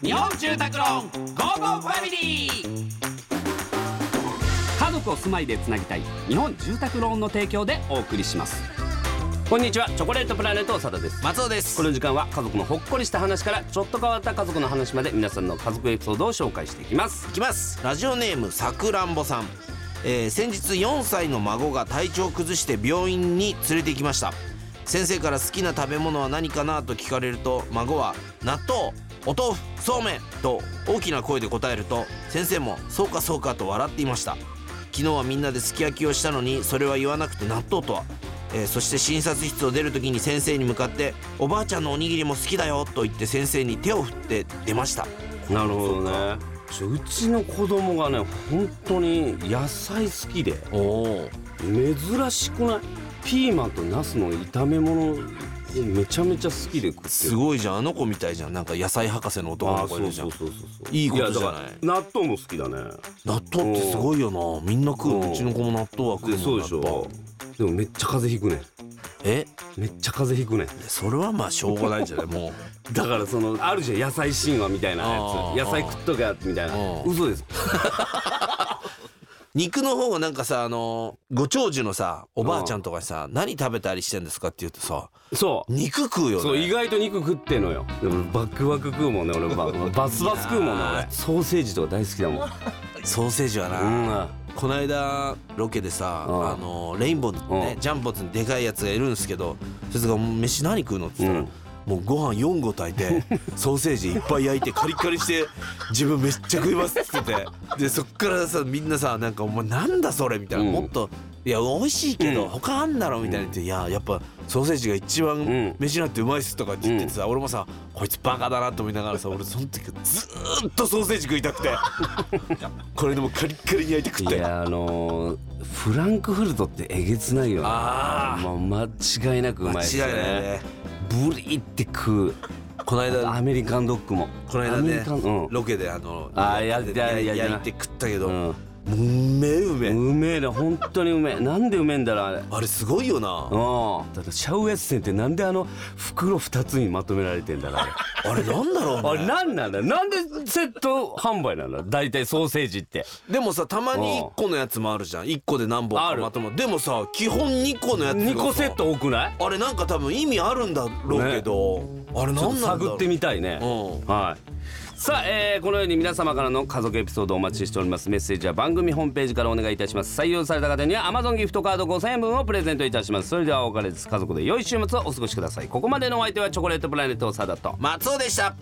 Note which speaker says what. Speaker 1: 日本住宅ローンゴーゴーファミリー家族を住まいでつなぎたい日本住宅ローンの提供でお送りしますこんにちはチョコレートプラネット長田です
Speaker 2: 松尾です
Speaker 1: この時間は家族のほっこりした話からちょっと変わった家族の話まで皆さんの家族エピソードを紹介していきます
Speaker 2: いきますラジオネームさくらんぼさん、えー先日4歳の孫が体調を崩して病院に連れて行きました先生から好きな食べ物は何かなと聞かれると孫は納豆お豆腐そうめんと大きな声で答えると先生もそうかそうかと笑っていました昨日はみんなですき焼きをしたのにそれは言わなくて納豆とは、えーそして診察室を出る時に先生に向かって「おばあちゃんのおにぎりも好きだよ」と言って先生に手を振って出ました
Speaker 1: なるほどねちょうちの子供がね本当に野菜好きで
Speaker 2: おお
Speaker 1: 珍しくないピーマンとナスの炒め物めちゃめちゃ好きで食って
Speaker 2: すごいじゃんあの子みたいじゃんなんか野菜博士の男
Speaker 1: あ
Speaker 2: の
Speaker 1: あ
Speaker 2: 子
Speaker 1: そ
Speaker 2: いる
Speaker 1: う
Speaker 2: じゃ
Speaker 1: そ
Speaker 2: ん
Speaker 1: うそうそうそう
Speaker 2: い
Speaker 1: い
Speaker 2: いことじゃない
Speaker 1: 納豆も好きだね
Speaker 2: 納豆ってすごいよなみんな食
Speaker 1: う
Speaker 2: うんうちの子も納豆は食うも
Speaker 1: で
Speaker 2: ん
Speaker 1: そうでしょでもめっちゃ風邪ひくね
Speaker 2: やっぱえ
Speaker 1: めっちゃ風邪ひくね
Speaker 2: それはまあしょうがないんじゃないも
Speaker 1: だからそのあるじゃん野菜神話みたいな
Speaker 2: あ
Speaker 1: や
Speaker 2: ー
Speaker 1: つ野菜食っとけやみたいな
Speaker 2: うん
Speaker 1: 嘘です
Speaker 2: う肉の方がなんかさあのご長寿のさおばあちゃんとかにさ何食べたりしてんですかって言うとさ
Speaker 1: そう
Speaker 2: 肉食うよね
Speaker 1: そう意外と肉食ってんのよでもバックバク食うもんね俺ババスバス食うもんね俺ソーセージとか大好きだもん
Speaker 2: ソーセージはな、
Speaker 1: うん
Speaker 2: この間ロケでさ
Speaker 1: うん
Speaker 2: あのレインボーのね
Speaker 1: うん
Speaker 2: ジャンボってでかいやつがいるんですけどそいつが「もう飯何食うの?」って言ったら
Speaker 1: うん
Speaker 2: もうご飯4合炊 いてソーセージいっぱい焼いてカリカリして自分めっちゃ食います」っつっててでそっからさみんなさ「なんかお前なんだそれ」みたいな、
Speaker 1: うん
Speaker 2: もっと「いや美味しいけど、
Speaker 1: うん
Speaker 2: 他あんだろ」みたいな言って「いややっぱソーセージが一
Speaker 1: ん
Speaker 2: 番飯なんてうまいっす」とかって言っててさ、俺もさ「こいつバカだな」と思いながらさ俺その時からずーっとソーセージ食いたくてこれでもカリッカリに焼いて食っ
Speaker 1: い
Speaker 2: て。
Speaker 1: やあのーフランクフルトってえげつないよね
Speaker 2: あー
Speaker 1: まあ、間違いなくうまい
Speaker 2: 間
Speaker 1: で
Speaker 2: 違
Speaker 1: す
Speaker 2: い
Speaker 1: よ
Speaker 2: ない
Speaker 1: ね
Speaker 2: ね
Speaker 1: ブリって食う
Speaker 2: この間
Speaker 1: アメリカンドッグも
Speaker 2: この
Speaker 1: ア
Speaker 2: 間
Speaker 1: メリ
Speaker 2: ね
Speaker 1: カンうん
Speaker 2: ロケであの
Speaker 1: あーやややや
Speaker 2: 焼いて食ったけど、
Speaker 1: う
Speaker 2: も
Speaker 1: ん
Speaker 2: うめえうめえ、
Speaker 1: うめえな本当にうめえなんでうめえんだろうあれ
Speaker 2: あれすごいよな、
Speaker 1: うんだってシャウエッセンってなんであの袋2つにまとめられてんだろうあれ
Speaker 2: あれなんだろ
Speaker 1: あ
Speaker 2: う
Speaker 1: れ
Speaker 2: ね
Speaker 1: なんなんだなんでセット販売なんだ大体ソーセージって
Speaker 2: でもさたまに1個のやつもあるじゃん1個で何本
Speaker 1: あ
Speaker 2: か
Speaker 1: る
Speaker 2: まともでもさ基本2個のやつがさ
Speaker 1: 2個セット多くない
Speaker 2: あれなんか多分意味あるんだろうけど、あれなん
Speaker 1: ちょっと
Speaker 2: なんだろう
Speaker 1: 探ってみたいね、
Speaker 2: うん
Speaker 1: はいさあ、えーこのように皆様からの家族エピソードをお待ちしておりますメッセージは番組ホームページからお願いいたします採用された方には Amazon ギフトカード5000円分をプレゼントいたしますそれではお別れです家族で良い週末をお過ごしくださいここまでのお相手はチョコレートプラネットサダと
Speaker 2: 松尾でした